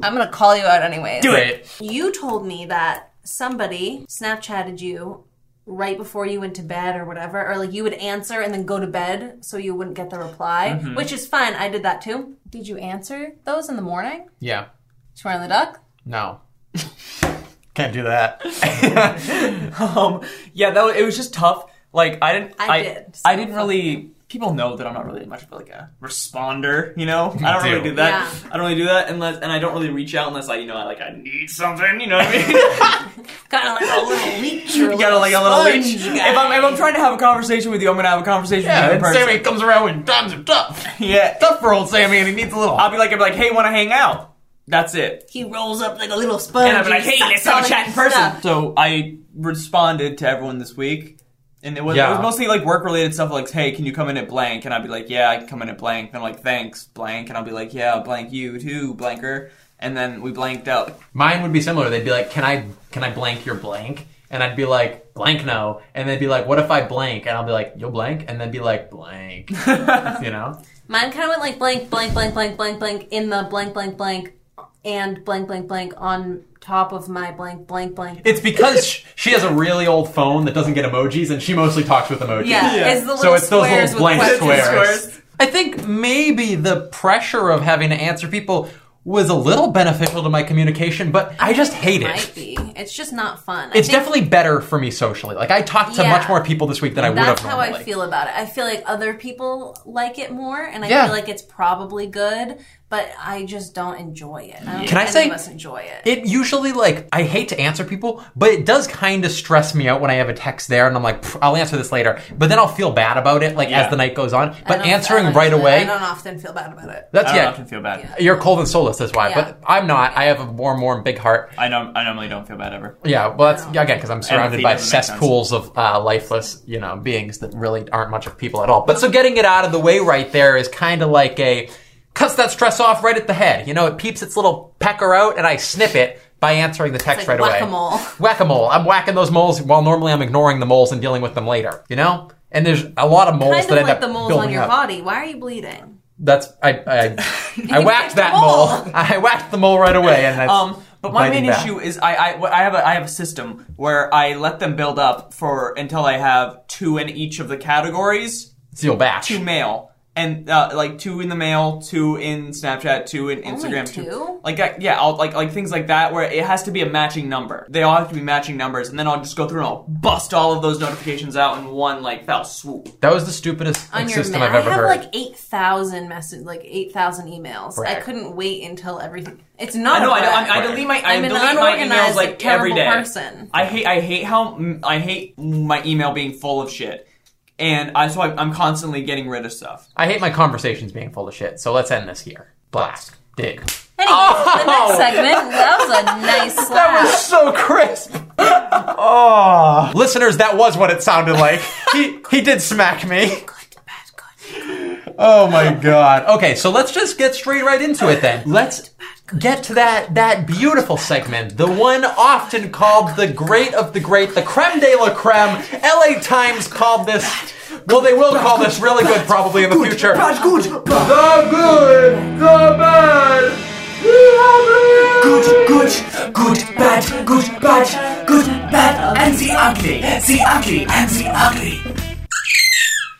I'm gonna call you out anyways.
Do
Great.
You told me that somebody Snapchatted you right before you went to bed or whatever, or like you would answer and then go to bed so you wouldn't get the reply,
Mm-hmm.
which is fine. I did that too. Did you answer those in the morning?
Yeah.
Swear on the duck?
No.
Can't do that.
Um, yeah, that was, it was just tough. Like I didn't,
I
I,
did.
I didn't really. People know that I'm not really much of like a responder, you know. I don't
do.
really do that.
Yeah.
I don't really do that unless, and I don't really reach out unless I, you know, I like I need something. You know what I mean?
Kind of like a little leech. or
You gotta like a little
sponge
leech. If
guy.
I'm, if I'm trying to have a conversation with you, I'm gonna have a conversation with you in person.
Sammy comes around when times are tough.
Yeah.
tough for old Sammy, and he needs a little.
I'll be like, I'll be like, hey, wanna hang out? That's it.
he rolls up like a little sponge.
And I'll be like,
and
hey, let's
sucks all
have a chat in
his
person.
stuff.
So I responded to everyone this week. And it was,
Yeah.
it was mostly like work related stuff, like, hey, can you come in at blank? And I'd be like, yeah, I can come in at blank. And I'm like, thanks, blank. And I'll be like, yeah, blank you too, blanker. And then we blanked out.
Mine would be similar. They'd be like, "Can I can I blank your blank?" And I'd be like, "Blank no." And they'd be like, "What if I blank?" And I'll be like, "You'll blank," and then be like, "Blank," you know.
Mine kind of went like blank, blank, blank, blank, blank, blank in the blank, blank, blank, and blank, blank, blank on top of my blank, blank, blank.
It's because sh- she has a really old phone that doesn't get emojis, and she mostly talks with emojis.
yeah, it's the little
So it's those
squares
little
with
blank
questions.
squares. I think maybe the pressure of having to answer people was a little beneficial to my communication, but I just hate it.
Might be. It's just not fun. I
It's
think
definitely better for me socially. Like I talked to
Yeah.
much more people this week than I would
That's
have
how
normally.
I feel about it. I feel like other people like it more, and I
Yeah.
feel like it's probably good, but I just don't enjoy it. I don't
Can I
think
say-
any of us enjoy it?
It usually like I hate to answer people, but it does kind of stress me out when I have a text there, and I'm like, "Pff, I'll answer this later, but then I'll feel bad about it like
Yeah.
as the night goes on.
I
But
don't- I
answering
don't-
right
I
away,
don't often feel bad about it.
that's
I don't
yeah.
often feel bad.
You're cold and soulless, that's why.
Yeah.
But I'm not. I have a warm, warm, big heart.
I don't. I normally don't feel bad ever.
Yeah, well, that's yeah, again because I'm surrounded
Empathy
by
doesn't make sense.
cesspools of uh, lifeless, you know, beings that really aren't much of people at all. But so getting it out of the way right there is kind of like a cuts that stress off right at the head. You know, it peeps its little pecker out, and I snip it by answering the text
It's like
right away.
whack-a-mole.
Whack a mole. I'm whacking those moles while normally I'm ignoring the moles and dealing with them later. You know. And there's a lot of moles
Kind
that
of
end
like
up
the moles
building
on your
up.
body. Why are you bleeding?
That's I I, I
fix
whacked
the
that
mole.
mole. I whacked the mole right away, and that's
Um, but my
biting
main
back.
issue is I, I what- I have a I have a system where I let them build up for until I have two in each of the categories,
Seal batch.
two mail and uh, like two in the mail, two in Snapchat, two in Instagram,
two?
like I- yeah, I'll, like like things like that where it has to be a matching number. They all have to be matching numbers, and then I'll just go through and I'll bust all of those notifications out in one like foul swoop.
That was the stupidest
On your
system
ma-
I've ever
I have
heard.
like eight thousand message, like eight thousand emails. I
Brag.
couldn't wait until everything. It's not.
I know.
a
I, don't-
brag.
I, I delete my. I
I'm an
delete my
unorganized,
emails like
terrible
every day.
person.
I hate. I hate how. mm, I hate my email being full of shit, and I so I, I'm constantly getting rid of stuff.
I hate my conversations being full of shit, so let's end this here. Blast. Dig.
Anyway, the
Oh!
next segment. That was a nice slap.
so crisp. oh. Listeners, that was what it sounded like. he he did smack me.
good, bad, good.
Oh my god. Okay, so let's just get straight right into it then. Let's get to that that beautiful segment, the one often called the great of the great, the creme de la creme. LA Times called this well, they will call this really good probably in the future.
Good,
The good, the bad,
good, good, bad, good, bad, good, bad, and the ugly, the ugly, and the ugly.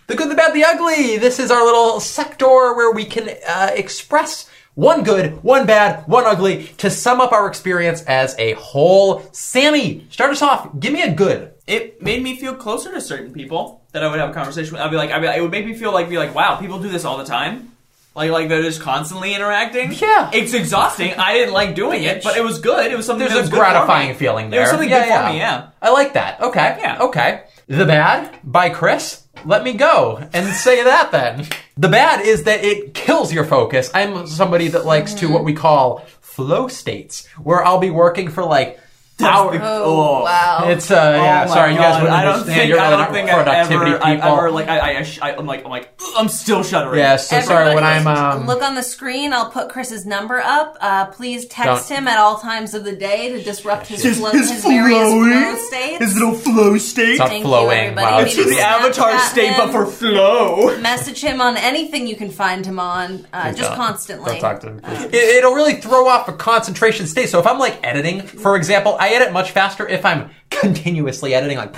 The good, the bad, the ugly. This is our little sector where we can uh, express one good, one bad, one ugly to sum up our experience as a whole. Sammy, start us off. Give me a good.
It made me feel closer to certain people that I would have a conversation with. I'd be like, I'd be like, it would make me feel like, be like, wow, people do this all the time. Like, like they're just constantly interacting.
Yeah.
it's exhausting. I didn't like doing it, but it was good. It was something.
There's
that
a
was good for
gratifying
me.
feeling
There
there.
was something good for me. Yeah.
I like that. Okay.
Yeah.
Okay. The bad by Chris. Let me go and say that then. The bad is that it kills your focus. I'm somebody that likes to what we call flow states, where I'll be working for like hours.
Oh, wow.
It's uh, yeah.
Oh my
sorry, you guys
God,
wouldn't
I don't
understand.
think,
You're
I
really
don't
not
think
productivity
I've ever, I've
people.
ever, like, I, I, I, I'm like, I'm like, "Ugh, I'm still shuddering.
yeah, so sorry when I'm
Everybody,
um,
look on the screen. I'll put Chris's number up. Uh, please text
Don't.
him at all times of the day to disrupt his
His-
flow,
his
his, various flow
flowing,
states.
His little flow state.
Stop.
Thank
flowing.
You,
Wow.
everybody.
It's
Maybe
the avatar
Snapchat
state, but
him.
for flow.
message him on anything you can find him on, uh, just constantly.
Don't talk to him. please.
it, will really throw off a concentration state. So if I'm like editing, for example, I edit much faster if I'm continuously editing, like.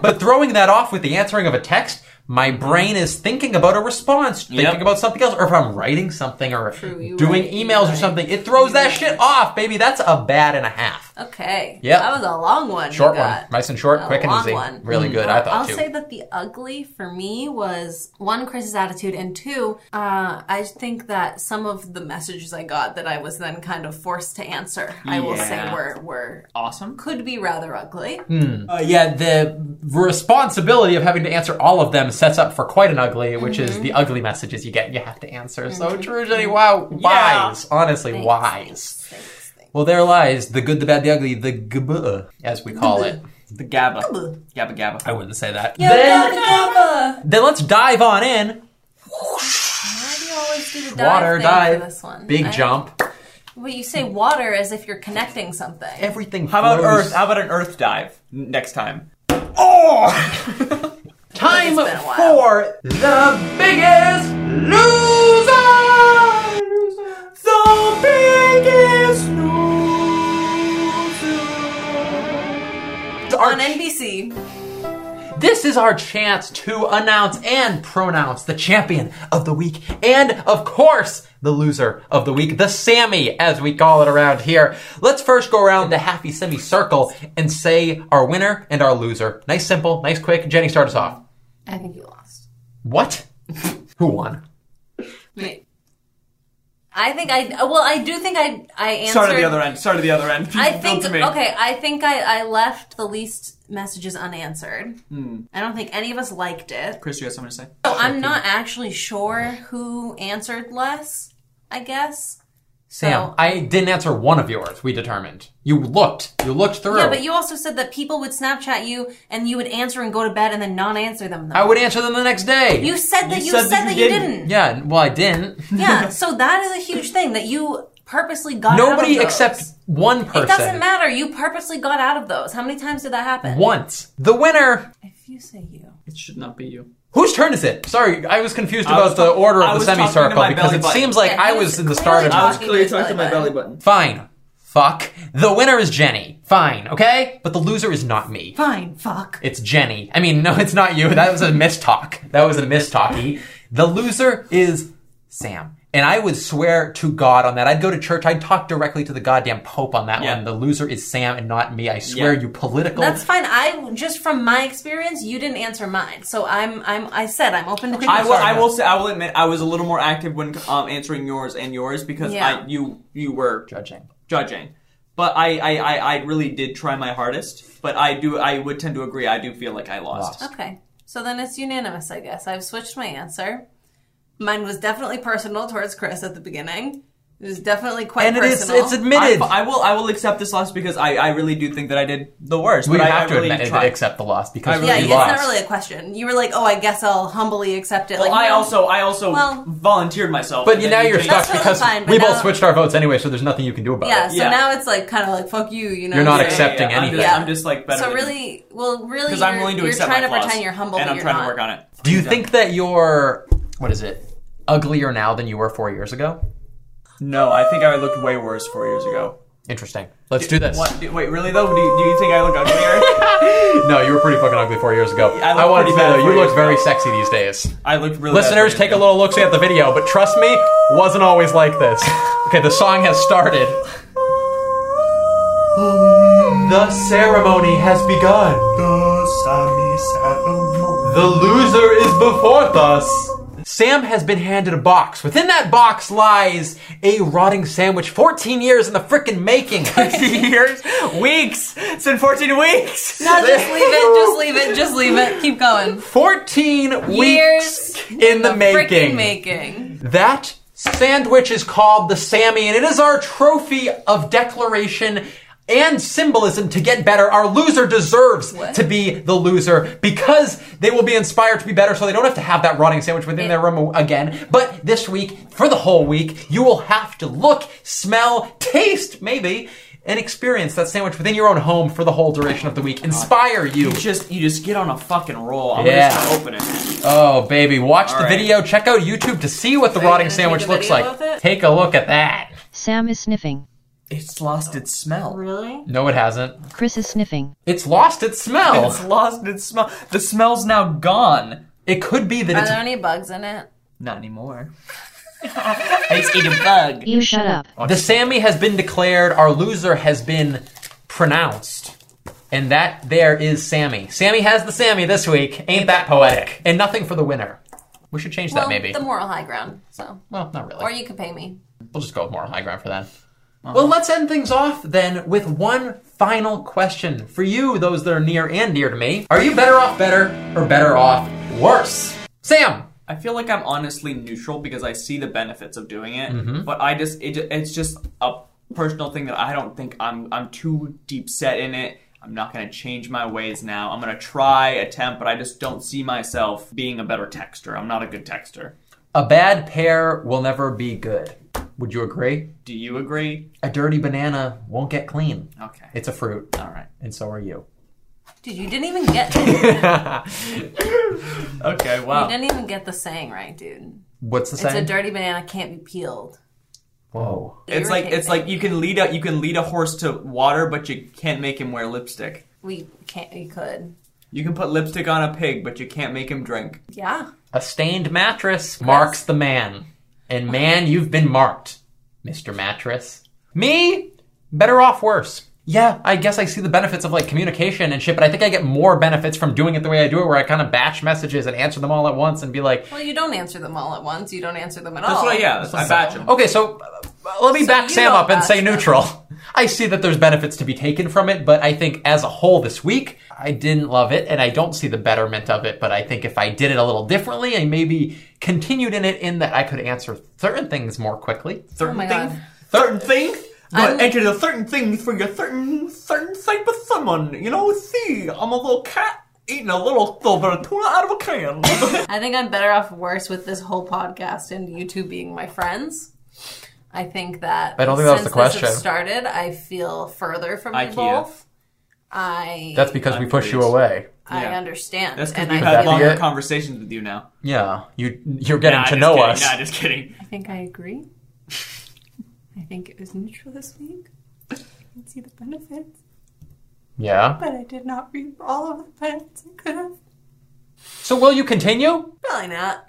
But throwing that off with the answering of a text, my brain is thinking about a response, thinking
Yep.
about something else, or if I'm writing something or
you
doing
write, you
emails or
write.
something, it throws that shit off, baby. That's a bad and a half.
Okay.
Yep.
That was a long one. you
Short one,
got.
nice and short,
A
quick and
long
easy.
one.
Really good, I thought
I'll
too.
say that the ugly for me was one Chris's attitude, and two, uh, I think that some of the messages I got that I was then kind of forced to answer, I will say,
Yeah.
were were
Awesome.
could be rather ugly.
Uh, yeah, the responsibility of having to answer all of them sets up for quite an ugly, which is the ugly messages you get. You have to answer. So true, Jenny. Wow,
Yeah.
wise, honestly,
Thanks,
wise.
thanks, thanks, thanks.
Well, there lies the good, the bad, the ugly, the gb, as we call it.
The Gabba. Gabba Gabba.
I wouldn't say that.
Yabba
Then,
dabba.
then let's dive on in.
Why do you always do the dive
Water
thing for
dive,
this one?
big
I-
jump.
Well, you say water as if you're connecting something.
Everything.
How about
flows.
Earth? How about an Earth dive n- next time? Oh!
Time
It's been a while.
for the biggest loser.
the biggest loser.
On NBC.
This is our chance to announce and pronounce the champion of the week and, of course, the loser of the week, the Sammy, as we call it around here. Let's first go around the happy semicircle and say our winner and our loser. Nice, simple, nice, quick. Jenny, start us off.
I think you lost.
What? Who won?
Me. I think I uh, well, I do think I I answered.
Start at the other end. Start at the other end.
I
Don't
think
to me.
okay. I think I, I left the least messages unanswered. I don't think any of us liked it.
Chris, you have something to say?
So I'm not actually sure who answered less. I guess. So,
Sam, I didn't answer one of yours, we determined. You looked. You looked through.
yeah, but you also said that people would Snapchat you and you would answer and go to bed and then not answer them. Though.
I would answer them the next day.
you said that you, said, that you didn't.
Yeah, well, I didn't.
Yeah, so that is a huge thing that you purposely got out of
Nobody
those.
except one person.
It doesn't matter. You purposely got out of those. How many times did that happen?
Once. The winner.
If you say you.
It should not be you.
Whose turn is it? Sorry, I was confused
I
about
was
the
talk-
order
I
of the
was talking to
semicircle
my
because
belly
it
button.
seems like
Yeah,
I
he
was
was
in the start of
clearly
I was
Talking
clearly
to his
talking to my
belly
belly button.
Fine. Fuck. The winner is Jenny. Fine, okay? But the loser is not me.
Fine, fuck.
It's Jenny. I mean, no, it's not you. That was a mistalk. That was a mistalkie. The loser is Sam. And I would swear to God on that. I'd go to church. I'd talk directly to the goddamn Pope on that
Yeah.
one. The loser is Sam and not me. I swear,
Yeah.
you political.
That's fine. I just from my experience, you didn't answer mine. So I'm I'm I said I'm open to change.
I will.
sorry,
I
no.
will say. I will admit. I was a little more active when um, answering yours and yours because
Yeah.
I you you were
judging.
judging. But I, I, I, I really did try my hardest. But I do I would tend to agree. I do feel like I lost.
Lost.
Okay. So then it's unanimous, I guess. I've switched my answer. Mine was definitely personal towards Chris at the beginning. It was definitely quite
And it is,
personal.
it's admitted.
I, I will I will accept this loss because I, I really do think that I did the worst.
we
but I,
have
I
to
really
admit,
tried.
accept the loss because
I really
yeah,
you
it's
lost.
not really a question. You were like, "Oh, I guess I'll humbly accept it."
Well,
like,
I
no.
also I also
Well-
volunteered myself.
But
and
you, now
then
you're
changed-
stuck
totally
because
fine, but
we both
now-
switched our votes anyway, so there's nothing you can do about
Yeah,
it.
so
Yeah.
now it's like kind of like fuck you, you know.
You're not
what I'm
Yeah, yeah,
saying?
accepting
yeah, I'm
anything.
just-
Yeah.
I'm just like better.
So
than-
really, well, really,
because I'm
you're-
willing to
you're
accept
trying
my
to
flaws,
pretend you're humble,
and
but
I'm
you're
trying
not.
to work on it.
Do you think that you're what is it? Uglier now than you were four years ago?
No, I think I looked way worse four years ago.
Interesting. Let's do this.
What? Wait, really though? Do you, do you think I look uglier?
No, you were pretty fucking ugly four years ago.
I look
I wanted to
pretty
say
bad
though,
four
you look
years
very
ago.
sexy these days.
I looked really. bad
Listeners,
four years
take a
ago.
little look see at the video, but trust me, wasn't always like this. Okay, the song has started. The ceremony has begun. The loser is before us. Sam has been handed a box. Within that box lies a rotting sandwich. 14 years in the frickin' making.
years, weeks. It's been 14 weeks.
No, just leave it. Just leave it. Just leave it. Keep going.
14
Years
weeks in the,
Freaking
making.
making.
That sandwich is called the Sammy, and it is our trophy of declaration and symbolism to get better. Our loser deserves
What?
to be the loser because they will be inspired to be better, so they don't have to have that rotting sandwich within their room again. But this week, for the whole week, you will have to look, smell, taste, maybe. And experience that sandwich within your own home for the whole duration of the week. Inspire you.
Just you just get on a fucking roll. I'm
Yeah.
just gonna open it.
Oh, baby. Watch the
All right.
video. Check out YouTube to see what the
you
rotting
gonna take
sandwich
a
looks
video of
like.
it?
Take a look at that.
Sam is sniffing.
It's lost its smell.
Really?
No, it hasn't.
Chris is sniffing.
It's lost its
It's
smell.
lost its smell. The smell's now gone.
It could be
Are
that
there any bugs in it?
Not anymore. I just ate a bug.
You shut up.
it's the Sammy has been declared. Our loser has been pronounced. And that there is Sammy. Sammy has the Sammy this week. Ain't that poetic? And nothing for the winner. We should change that
Well,
maybe.
the moral high ground. So,
well, not
or
really.
you could pay me.
we'll just go with moral high ground for that. Well, let's end things off then with one final question for you, those that are near and dear to me. Are you better off better or better off worse? Sam,
I feel like I'm honestly neutral because I see the benefits of doing it, but I just it, ju- it's just a personal thing that I don't think I'm I'm too deep set in it. I'm not going to change my ways now. I'm going to try attempt, but I just don't see myself being a better texter. I'm not a good texter.
A bad pear will never be good. Would you agree?
Do you agree?
A dirty banana won't get clean.
Okay.
It's a fruit,
All right.
and so are you.
Dude, you didn't even get. You
Okay. Wow.
didn't even get the saying right, dude.
What's the
It's
saying?
a dirty banana can't be peeled.
Whoa.
It's like it's
Irritating.
like you can lead a you can lead a horse to water, but you can't make him wear lipstick.
we can't. We could.
You can put lipstick on a pig, but you can't make him drink.
Yeah.
A stained mattress marks the man. And man, you've been marked, Mr. Mattress. Me? Better off worse. Yeah, I guess I see the benefits of like communication and shit, but I think I get more benefits from doing it the way I do it, where I kind of batch messages and answer them all at once and be like,
Well, you don't answer them all at once. You don't answer them at
That's
all.
what I, yeah, that's I batch 'em.
Okay, so uh, let me
So
back
you
Sam
don't
up and
bash
say
them.
neutral. I see that there's benefits to be taken from it, but I think as a whole this week, I didn't love it and I don't see the betterment of it. But I think if I did it a little differently and maybe continued in it, in that I could answer certain things more quickly.
Certain
my
thing.
God.
Certain thing.
I'm-
But enter the certain thing for your certain certain type of someone. You know, see, I'm a little cat eating a little little bit of tuna out of a can.
I think I'm better off worse with this whole podcast and you two being my friends. I think that
I don't think that was
since
the question.
This has started, I feel further from
I
you
can't.
both. I
That's because we
I'm
pushed you
curious.
away.
I
Yeah.
understand,
That's because
and
we've
I
had
That'd be
feel,
long-
longer
it.
conversations with you now.
Yeah, you you're getting
Nah,
to
just
know
kidding.
us.
Nah, just kidding.
I think I agree. I think it was neutral this week. I didn't see the benefits,
yeah.
but I did not read all of the benefits I could have.
So will you continue?
Probably not.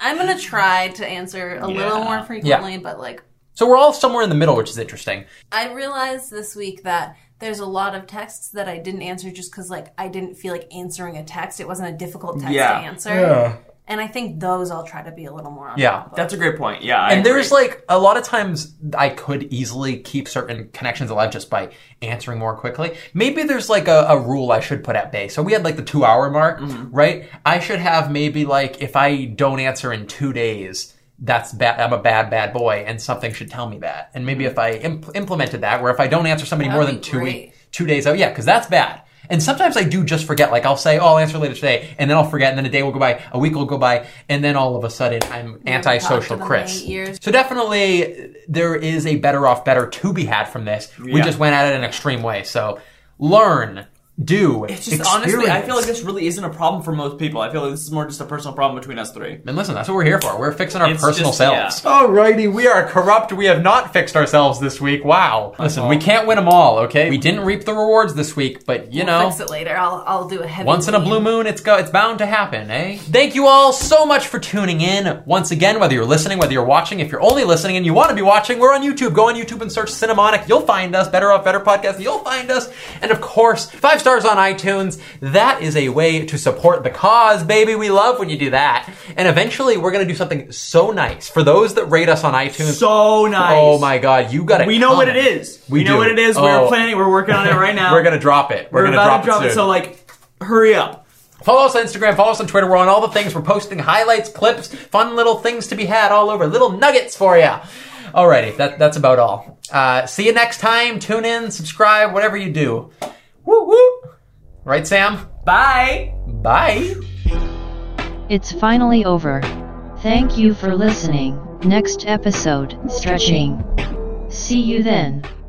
I'm gonna try to answer a little
Yeah.
more frequently, but like
So we're all somewhere in the middle, which is interesting.
I realized this week that there's a lot of texts that I didn't answer just because like I didn't feel like answering a text. It wasn't a difficult text to
Yeah.
answer. And I think those I'll try to be a little more on
Yeah.
top of.
That's a great point. Yeah, I
and
agree.
there's like a lot of times I could easily keep certain connections alive just by answering more quickly. Maybe there's like a, a rule I should put at bay. So we had like the two hour mark,
Mm-hmm.
right? I should have maybe like if I don't answer in two days, that's bad. I'm a bad, bad boy, and something should tell me that. And maybe if I imp- implemented that, where if I don't answer somebody more
Mm-hmm. That'd be
than two
great.
weeks, two days out, yeah, because that's bad. And sometimes I do just forget. Like I'll say, "Oh, I'll answer later today," and then I'll forget, and then a day will go by, a week will go by, and then all of a sudden I'm antisocial
talked to them in
Chris.
eight years.
So definitely, uh, there is a better off better to be had from this. We
Yeah.
just went at it in an extreme way. So learn, do,
It's just honestly, I feel like this really isn't a problem for most people. I feel like this is more just a personal problem between us three.
And listen, that's what we're here for. We're fixing our
It's
personal
just-
selves. Alrighty, we are corrupt. We have not fixed ourselves this week. Wow. Listen, we can't win them all. Okay, we didn't reap the rewards this week, but you
We'll
know,
fix it later. I'll I'll do a heavy
Once in a
lean.
blue moon, it's go, it's bound to happen, eh? Thank you all so much for tuning in. Once again, whether you're listening, whether you're watching, if you're only listening and you want to be watching, we're on YouTube. Go on YouTube and search Cinemonic. You'll find us. Better Off Better Podcast. You'll find us. And of course, five stars on iTunes. That is a way to support the cause, baby. We love when you do that. And eventually, we're gonna do something so nice for those that rate us on iTunes.
So nice.
Oh my God, you got to
We know what it is. We, know what it is. We're planning. We're working on it right now.
Oh. We're gonna drop it. We're,
We're
gonna drop
about to drop it.
soon.
So like, hurry up.
Follow us on Instagram, follow us on Twitter. We're on all the things. We're posting highlights, clips, fun little things to be had all over, little nuggets for you. Alrighty, that, that's about all. Uh, see you next time. Tune in, subscribe, whatever you do. Woo woo. Right, Sam?
Bye.
Bye.
It's finally over. Thank you for listening. Next episode, stretching. See you then.